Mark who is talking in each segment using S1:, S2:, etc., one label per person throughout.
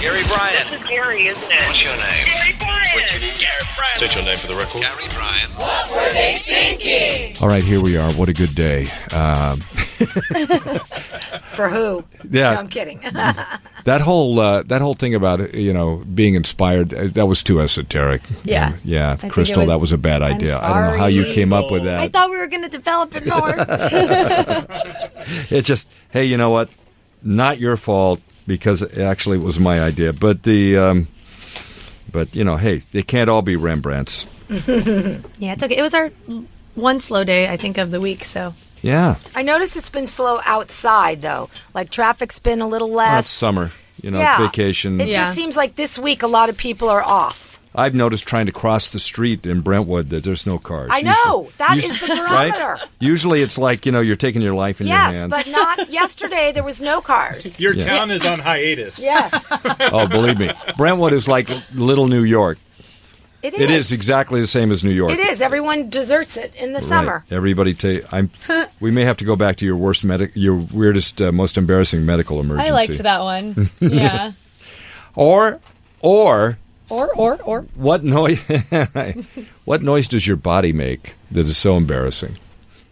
S1: Gary Bryan.
S2: This is Gary, isn't it?
S1: What's your name?
S2: Gary
S1: What's your
S2: Bryan.
S1: name? Gary Bryan. State your name for the record. Gary Bryan.
S3: All right, here we are. What a good day. Um,
S4: For who?
S3: Yeah.
S4: No, I'm kidding.
S3: that whole uh, that whole thing about you know being inspired uh, that was too esoteric.
S4: Yeah.
S3: Um, yeah,
S4: think it
S3: Crystal,
S4: was-
S3: that was a bad
S4: I'm
S3: idea. I don't know how you
S4: sorry.
S3: came up with that.
S4: I thought we were going to develop it more.
S3: It's just, hey, you know what? Not your fault because it actually it was my idea. But the, um, but you know, hey, they can't all be Rembrandts.
S5: Yeah, it's okay. It was our l- one slow day, I think, of the week. So
S3: Yeah,
S4: I noticed it's been slow outside though. Like traffic's been a little
S3: that's
S4: less.
S3: summer. You know,
S4: yeah.
S3: vacation.
S4: It
S5: Yeah.
S4: just seems like this week a lot of people are off.
S3: I've noticed trying to cross the street in Brentwood that there's no cars.
S4: I know. That
S3: That is
S4: is the barometer.
S3: Usually, it's like you know you're taking your life in your
S4: Yes,
S3: hand.
S4: but not yesterday. There was no cars.
S6: Your
S3: Yeah.
S6: town is on hiatus.
S4: Yes,
S3: oh, believe me, Brentwood is like little New York.
S4: it is.
S3: It is exactly the same as New York.
S4: It is. Everyone deserts it in the summer.
S3: Right. Everybody, take. I'm. we may have to go back to your worst medic, your weirdest, uh, most embarrassing medical emergency.
S7: I liked that one. Yeah.
S3: Or, or
S7: or or or
S3: what noise? what noise does your body make that is so embarrassing?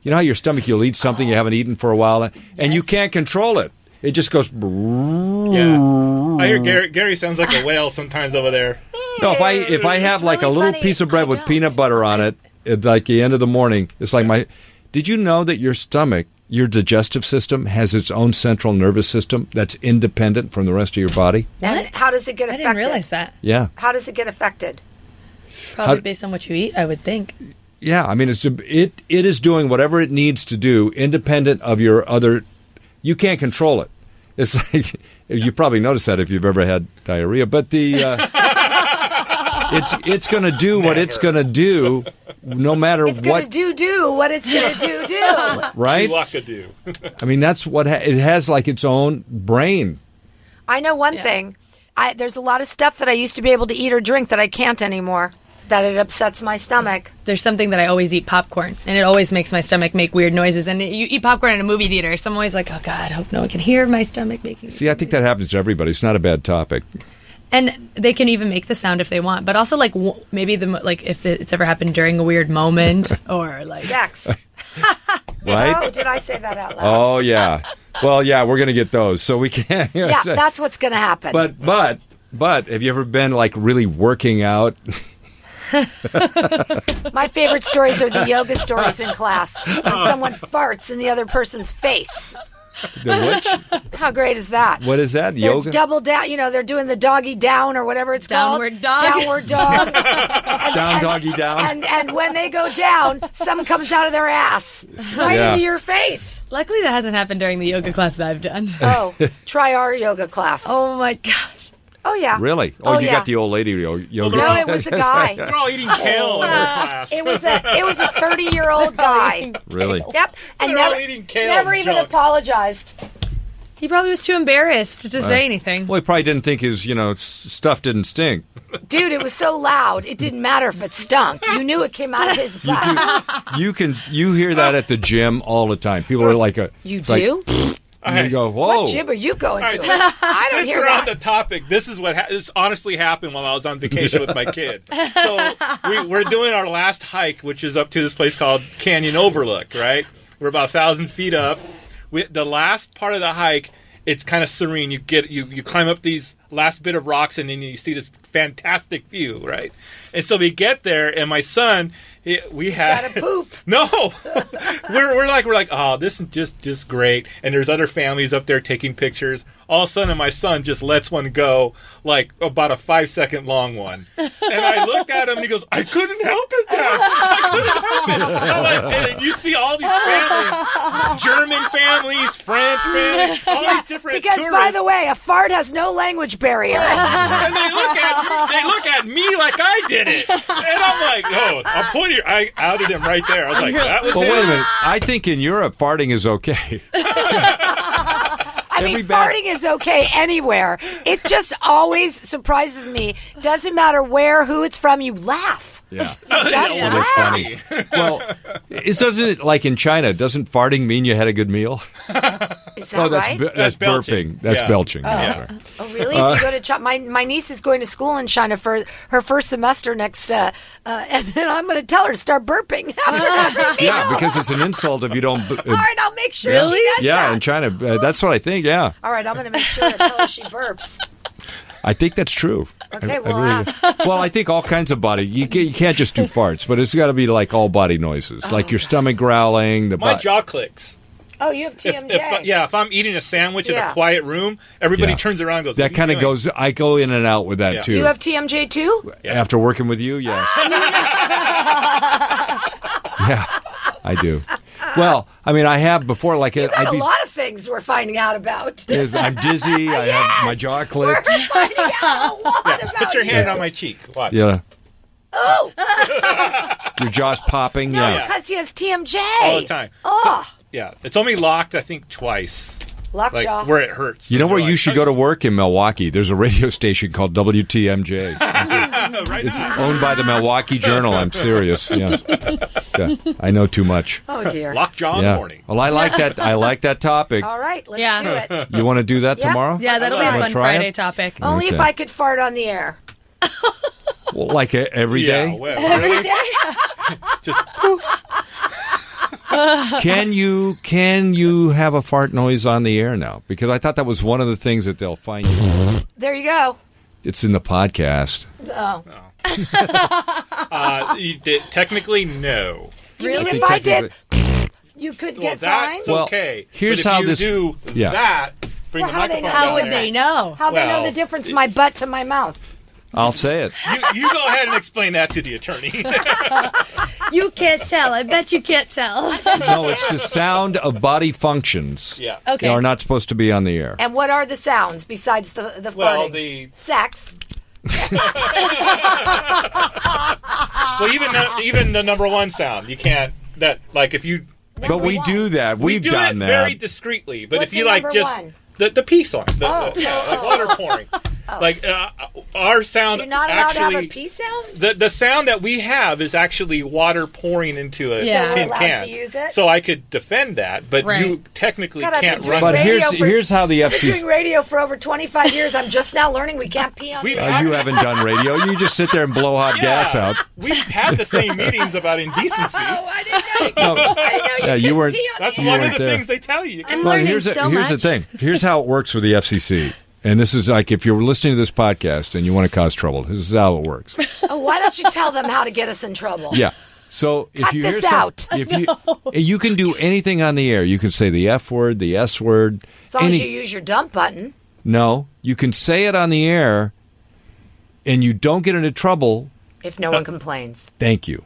S3: You know how your stomach, you'll eat something you haven't eaten for a while, and you can't control it. It just goes.
S6: Yeah. I hear Gary, Gary sounds like a whale sometimes over there.
S3: No, if I if I have like a
S5: really
S3: little
S5: funny.
S3: piece of bread
S5: I
S3: with
S5: don't.
S3: peanut butter on it, at like the end of the morning, it's like my. Did you know that your stomach, your digestive system, has its own central nervous system that's independent from the rest of your body?
S4: And how does it get
S7: I
S4: affected?
S7: didn't realize that.
S3: Yeah,
S4: How does it get affected?
S7: Probably
S3: How-
S7: based on what you eat, I would think.
S3: yeah. I mean, it's it it is doing whatever it needs to do, independent of your other. You can't control it. It's like you probably noticed that if you've ever had diarrhea, but the. Uh, It's it's going to do what it's going to do, no matter
S4: It's going to
S3: what,
S4: do do what it's going to do do.
S3: right?
S6: Laka-doo.
S3: I mean, that's what ha- it has like its own brain.
S4: I know one thing. I, there's a lot of stuff that I used to be able to eat or drink that I can't anymore. That it upsets my stomach.
S7: There's something that I always eat popcorn, and it always makes my stomach make weird noises. And you eat popcorn in a movie theater, so I'm always like, oh god, I hope no one can hear my stomach making.
S3: See, I think that happens to everybody. It's not a bad topic.
S7: And they can even make the sound if they want, but also like w- maybe the mo- like if the, it's ever happened during a weird moment or like
S4: Sex. Oh,
S3: Right?
S4: did I say that out loud?
S3: Oh, yeah. Well, yeah, we're going to get those. So we can't.
S4: yeah, that's what's going to happen.
S3: Oh, but, but, but, have you ever been like really working out?
S4: my favorite stories are the yoga stories in class
S3: Oh.
S4: when someone farts in the other person's face.
S3: The which?
S4: How great is that?
S3: What is that?
S4: They're
S3: Yoga?
S4: double down. You know, they're doing the doggy down or whatever it's
S7: Downward
S4: called.
S7: dog.
S4: Downward dog.
S3: down, doggy, down.
S4: and and when they go down, some comes out of their ass right
S3: Yeah.
S4: into your face.
S7: Luckily, that hasn't happened during the yoga classes I've done.
S4: Oh, try our yoga class. Oh,
S7: oh my gosh!
S4: yeah.
S3: Really? Oh, you
S4: yeah.
S3: got the old lady yo- yoga.
S4: No, it was a guy.
S6: They're all eating kale in her class.
S4: Uh, It was a it was a thirty year old guy.
S3: really?
S4: Yep, and
S6: They're all
S4: never
S6: eating kale
S4: never
S6: and
S4: even
S6: junk.
S4: apologized.
S7: He probably was too embarrassed to say anything.
S3: Well, he probably didn't think his, you know, s- stuff didn't stink.
S4: Dude, it was so loud. It didn't matter if it stunk. You knew it came out of his butt. You
S3: You can, you hear that at the gym all the time. People are like, a,
S4: do?
S3: it's like, oh. and you go, whoa.
S4: What gym are you going to?
S6: All
S4: I don't
S6: Since
S4: hear
S6: we're on
S4: that.
S6: the topic, this is what ha- this honestly happened while I was on vacation with my kid. So we, we're doing our last hike, which is up to this place called Canyon Overlook. Right, we're about a thousand feet up. We, the last part of the hike, it's kind of serene. You get you you climb up these last bit of rocks, and then you see this fantastic view. Right, and so we get there, and my son. he- we had
S4: Gotta poop.
S6: no, we're, we're like we're like oh this is just just great, and there's other families up there taking pictures. All of a sudden, my son just lets one go, like about a five second long one, and I looked at him and he goes, I couldn't help it, Dad. I couldn't help it. I'm like, and then you see all these families, German families, French families, all these different
S4: Because
S6: tourists.
S4: by the way, a fart has no language barrier.
S6: and they look at they look at me like I did it, and I'm like, oh, I'm pointing. I outed him right there. I was like, that was
S3: But
S6: him.
S3: wait a minute. I think in Europe, farting is okay.
S4: I
S3: Every
S4: mean,
S3: bad-
S4: farting is okay anywhere. It just always surprises me. Doesn't matter where, who it's from, you laugh.
S3: Yeah.
S4: That's
S6: Oh, Yeah.
S3: That's
S4: wow.
S3: funny. Well, it doesn't it like in China? Doesn't farting mean you had a good meal?
S4: Is that
S3: oh, that's
S4: right?
S3: bu- that's,
S6: That's belching.
S3: burping. That's
S6: Yeah.
S3: belching.
S4: Oh. oh, really? if you go to China, my my niece is going to school in China for her first semester next, uh, uh, and then I'm going to tell her to start burping. After every meal.
S3: Yeah, because it's an insult if you don't. bu-
S4: All right, I'll make sure
S3: Yeah.
S4: she does
S3: yeah,
S4: that.
S3: in China, uh, that's what I think. Yeah,
S4: All right, I'm going to make sure to tell her she burps.
S3: I think that's true.
S4: Okay,
S3: I, I
S4: we'll
S3: really- well, I think all kinds of body. You can't, you can't just do farts, but it's got to be like all body noises, like your stomach growling. The
S6: My
S3: bo-
S6: jaw clicks.
S4: Oh, you have
S6: If,
S4: TMJ.
S6: if, yeah, if I'm eating a sandwich in
S4: Yeah.
S6: a quiet room, everybody
S3: Yeah.
S6: turns around and goes,
S3: That kind of goes. I go in and out with that
S6: Yeah.
S3: too.
S4: You have TMJ too?
S3: After working with you, yes. yeah, I do. Well, I mean, I have before. Like I,
S4: Got
S3: I
S4: a
S3: do.
S4: lot of things we're finding out about.
S3: is- I'm dizzy. I have my jaw
S4: We're
S3: clicks.
S4: finding out a lot
S6: Put
S4: about
S6: your
S4: you.
S6: hand on my cheek. Watch.
S3: Yeah,
S4: Oh,
S3: your jaw's popping. yeah.
S4: because Oh, he has TMJ.
S6: All the time.
S4: Oh,
S6: Yeah. It's only locked, I think, twice. Like
S4: lockjaw.
S6: where it hurts.
S3: You know where you should go to work in Milwaukee? There's a radio station called WTMJ.
S6: right
S3: It's owned by the Milwaukee Journal. I'm serious. Yes. So, I know too much.
S4: oh dear.
S6: Lockjaw in the
S3: Yeah.
S6: morning.
S3: Well, I like that. I like that topic.
S4: All right, let's
S7: Yeah.
S4: do it.
S3: You want to do that
S4: Yeah.
S3: tomorrow?
S7: Yeah, that'll be
S3: Wanna
S7: a fun
S3: try it?
S7: Friday topic.
S4: Only if
S3: Okay.
S4: I could fart on the air.
S3: Well, like e- every
S6: Yeah,
S3: day.
S6: well, really? Just poof.
S3: Can you can you have a fart noise on the air now? Because I thought that was one of the things that they'll find. You.
S4: There you go.
S3: It's in the podcast.
S4: Oh,
S6: Uh, you did- technically, no.
S4: you mean
S3: They
S4: if I did,
S3: technically-
S4: you could
S6: Well,
S4: get fined?
S6: that's
S3: Well,
S6: okay.
S3: here's
S6: but if
S3: how
S6: you
S3: this-
S6: do
S3: yeah.
S6: that. Bring
S4: Well,
S6: the
S4: how they
S6: microphone
S4: know?
S7: How
S6: down
S7: would
S6: there.
S7: they know?
S4: How they know
S6: Well,
S4: the difference? My butt to my mouth.
S3: I'll say it.
S6: You, you go ahead and explain that to the attorney.
S7: You can't tell. I bet you can't tell.
S3: No, it's the sound of body functions.
S6: yeah.
S7: Okay.
S3: They are not supposed to be on the air.
S4: And what are the sounds besides the the
S6: Well,
S4: farting?
S6: the
S4: Sex.
S6: well, even the, even the number one sound, you can't. That like if you
S3: But we
S4: one.
S3: do that. We've
S6: do
S3: done
S6: it
S3: that.
S6: very discreetly. But
S4: What's
S6: if you
S4: the
S6: like
S4: number
S6: just
S4: one?
S6: the the pee song, the,
S4: Oh.
S6: the- yeah, like water pouring, like uh, our sound
S4: You're not allowed
S6: actually.
S4: to have a pee sound.
S6: the, the sound that we have is actually water pouring into a
S7: Yeah. So we're
S6: tin
S4: allowed
S6: can.
S4: to use it?
S6: So I could defend that, but you
S7: Right.
S6: technically
S4: God, I've
S6: can't
S4: been
S6: run.
S3: but
S4: doing
S6: that.
S4: radio
S3: here's
S4: for-
S3: here's how the
S4: I've been doing
S3: FCC.
S4: radio for over 25 years. I'm just now learning we can't pee on.
S6: We've
S4: the-
S3: Uh,
S6: had,
S3: you haven't done radio. You just sit there and blow hot
S6: yeah,
S3: gas out.
S6: We've had the same meetings about indecency.
S4: Oh, I didn't know.
S3: No.
S4: I didn't know you
S3: Yeah, you
S4: couldn't
S3: weren't-
S4: pee on the
S6: That's
S4: air.
S6: one of
S3: weren't
S6: the
S3: there.
S6: things they tell you.
S7: I'm
S3: Well,
S7: learning
S3: here's, the-
S7: so
S3: here's
S7: much.
S3: the thing. Here's how it works with the FCC. And this is like if you're listening to this podcast and you want to cause trouble, this is how it works.
S4: Oh, why don't you tell them how to get us in trouble?
S3: Yeah. So if
S4: Cut
S3: you
S4: this
S3: hear some-
S4: out.
S3: if you you can do anything on the air. You can say the F word, the S word.
S4: As long as
S3: any-
S4: you use your dump button.
S3: no, you can say it on the air, and you don't get into trouble.
S4: If
S3: Uh,
S4: no one complains,
S3: Thank you.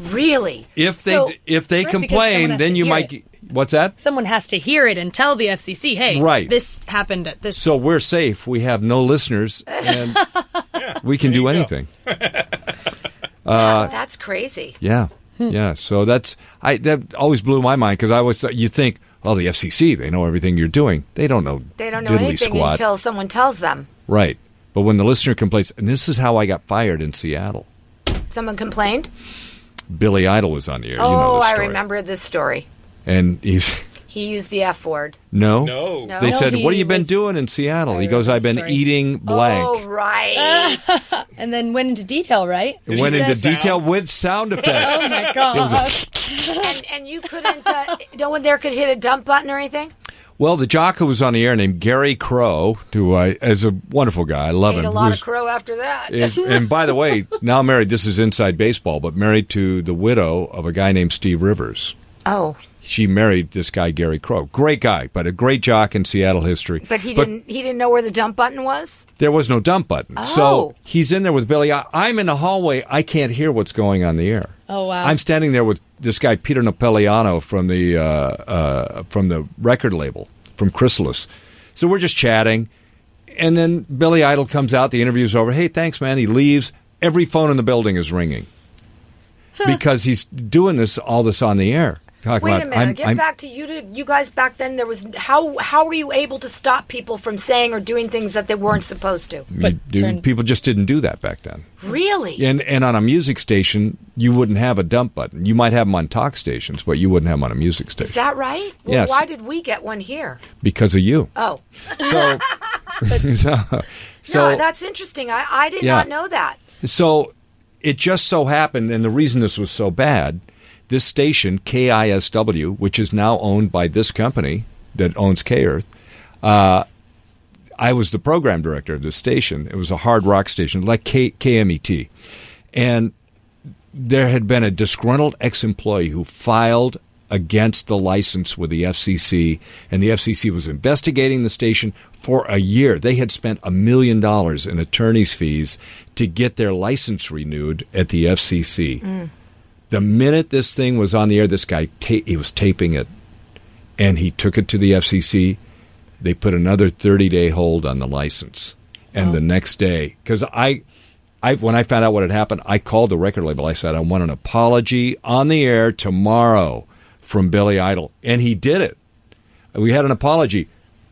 S4: really.
S3: If they
S4: So-
S3: if they
S7: Right, because someone
S3: complain,
S7: has
S3: then
S7: to
S3: you
S7: hear
S3: might.
S7: it.
S3: get- What's that?
S7: Someone has to hear it and tell the FCC, hey,
S3: Right.
S7: this happened at this.
S3: So we're safe. We have no listeners, and we can do
S6: you go.
S3: anything. uh,
S4: that's crazy.
S3: Yeah,
S4: Hmm.
S3: yeah. So that's I that always blew my mind because I always thought you think, well, the FCC they know everything you're doing. They don't know.
S4: They don't know
S3: diddly
S4: anything
S3: squat.
S4: until someone tells them.
S3: right. But when the listener complains, and this is how I got fired in Seattle.
S4: Someone complained.
S3: Billy Idol was on the air. you know
S4: oh,
S3: this
S4: I
S3: story.
S4: remember this story.
S3: And he's
S4: He used the F word.
S3: no,
S6: No. No.
S3: They said,
S7: No,
S3: "What
S7: he
S3: have you been
S7: was-
S3: doing in Seattle?"
S7: I
S3: He goes,
S7: remember
S3: "I've been
S7: the story.
S3: eating
S4: Oh,
S3: blank."
S4: right.
S7: and then went into detail, right?
S3: It went into
S7: Says-
S3: detail with sound effects.
S7: Oh my gosh.
S4: and, and you couldn't, uh, no one there could hit a dump button or anything?
S3: Well, the jock who was on the air named Gary Crow, who I is a wonderful guy. I love
S4: Ate
S3: him.
S4: a lot
S3: was-
S4: of crow after that.
S3: is, and by the way, now married. This is inside baseball, but married to the widow of a guy named Steve Rivers.
S4: Oh,
S3: She married this guy Gary Crow, great guy, but a great jock in Seattle history.
S4: but he didn't. He didn't know where the dump button was.
S3: There was no dump button,
S4: Oh.
S3: so he's in there with Billy. I, I'm in the hallway. I can't hear what's going on the air.
S7: Oh, wow.
S3: I'm standing there with this guy Peter Napoleano from the uh, uh, from the record label from Chrysalis. So we're just chatting, and then Billy Idol comes out. The interview's over. Hey, thanks, man. He leaves. Every phone in the building is ringing because he's doing this all this on the air. God,
S4: Wait a
S3: I'm-
S4: minute. Get
S3: I'm-
S4: back to you. Did you guys back then? There was how how were you able to stop people from saying or doing things that they weren't supposed to?
S3: you
S7: But
S3: do-
S7: turn-
S3: people just didn't do that back then.
S4: Really?
S3: And and on a music station, you wouldn't have a dump button. You might have them on talk stations, but you wouldn't have them on a music station
S4: Is that right? Well,
S3: Yes.
S4: Why did we get one here?
S3: because of you.
S4: Oh,
S3: So, so, so
S4: no, that's interesting. I I did
S3: Yeah.
S4: not know that.
S3: So it just so happened, and the reason this was so bad, this station, KISW, which is now owned by this company that owns K Earth, uh, I was the program director of this station. It was a hard rock station, like K- KMET. And there had been a disgruntled ex employee who filed against the license with the FCC, and the FCC was investigating the station for a year. They had spent a million dollars in attorney's fees to get their license renewed at the FCC. The minute this thing was on the air, this guy ta- he was taping it, and he took it to the FCC. They put another 30 day hold on the license, and the next day, because I. I, when I found out what had happened, I called the record label. I said, I want an apology on the air tomorrow from Billy Idol. And he did it. We had an apology.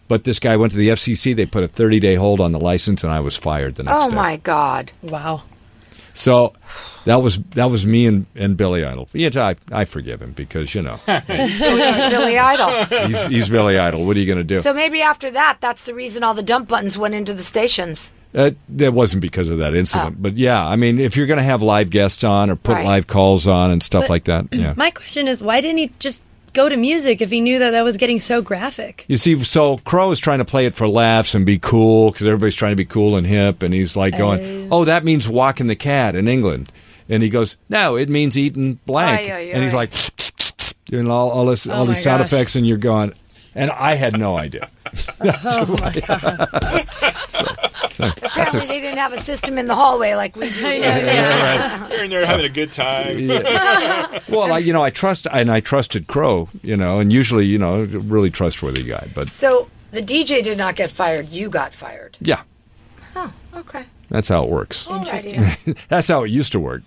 S3: But this guy went to the FCC. They put a 30 day hold on the license, and I was fired the next
S4: Oh
S3: day.
S4: my God.
S7: Wow.
S3: So that was that was me and, and Billy Idol. Yeah, I, I forgive him because, you know,
S4: It's Billy Idol.
S3: he's, he's Billy Idol. What are you going to do?
S4: So maybe after that, that's the reason all the dump buttons went into the stations.
S3: That, Uh, that wasn't because of that incident. But yeah, I mean, if you're going to have live guests on or put
S4: Oh. Right.
S3: live calls on and stuff
S7: But-
S3: like that, yeah.
S7: My question is, why didn't he just go to music if he knew that that was getting so graphic?
S3: You see, so Crow is trying to play it for laughs and be cool because everybody's trying to be cool and hip, and he's like going, "Oh, that means walking the cat in England," and he goes, "No, it means eating blank,"
S4: Ay, ay,
S3: and he's
S4: ay. Oh
S3: like doing all all this all
S7: my
S3: these sound
S7: gosh.
S3: effects, and you're going, and I had no idea.
S4: Apparently, they didn't have a system in the hallway like we do. here.
S6: You're in there having a good time.
S3: Well, I, you know, I trust and I trusted Crow, you know, and usually, you know, really trustworthy guy, but
S4: So the DJ did not get fired. You got fired.
S3: yeah,
S4: Okay.
S3: that's how it works.
S4: Interesting.
S3: That's how it used to work.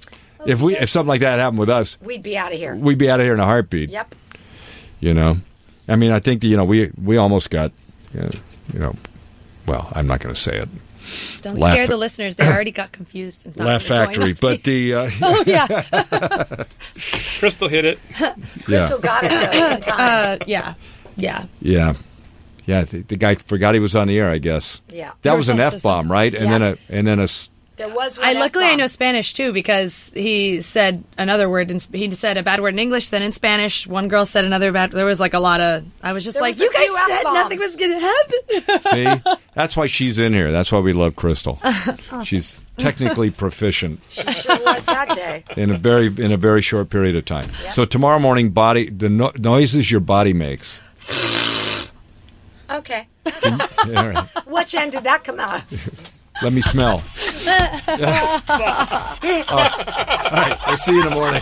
S3: If we if something like that happened with us,
S4: We'd be out of here.
S3: we'd be out of here in a heartbeat.
S4: Yep.
S3: you know i mean i think that, you know we we almost got uh, you know well i'm not going to say it
S7: Don't
S3: Laugh-
S7: scare the listeners. They already got confused and thought
S3: laugh
S7: it was
S3: factory
S7: going on.
S3: but the uh,
S7: oh yeah,
S6: Crystal hit it.
S3: yeah
S4: Crystal got it though in time.
S7: uh, yeah, yeah.
S3: yeah yeah the, the guy forgot he was on the air i guess
S4: Yeah.
S3: that was an
S7: Yours also
S3: f-bomb right and
S4: Yeah.
S3: then a and then a s-
S4: There was. One
S7: I luckily I
S4: F-bomb.
S7: know Spanish too because he said another word. In, he said a bad word in English, then in Spanish. One girl said another bad. There was like a lot of. I was just
S4: There
S7: like,
S4: was a
S7: you guys
S4: few
S7: said
S4: F-bombs."
S7: nothing was gonna happen.
S3: see that's why she's in here that's why we love crystal she's technically proficient
S4: She sure was that day.
S3: in a very in a very short period of time so tomorrow morning body the no- noises your body makes
S4: Okay.
S3: All right.
S4: Which end did that come out? of?
S3: let me smell all right i'll see you in the morning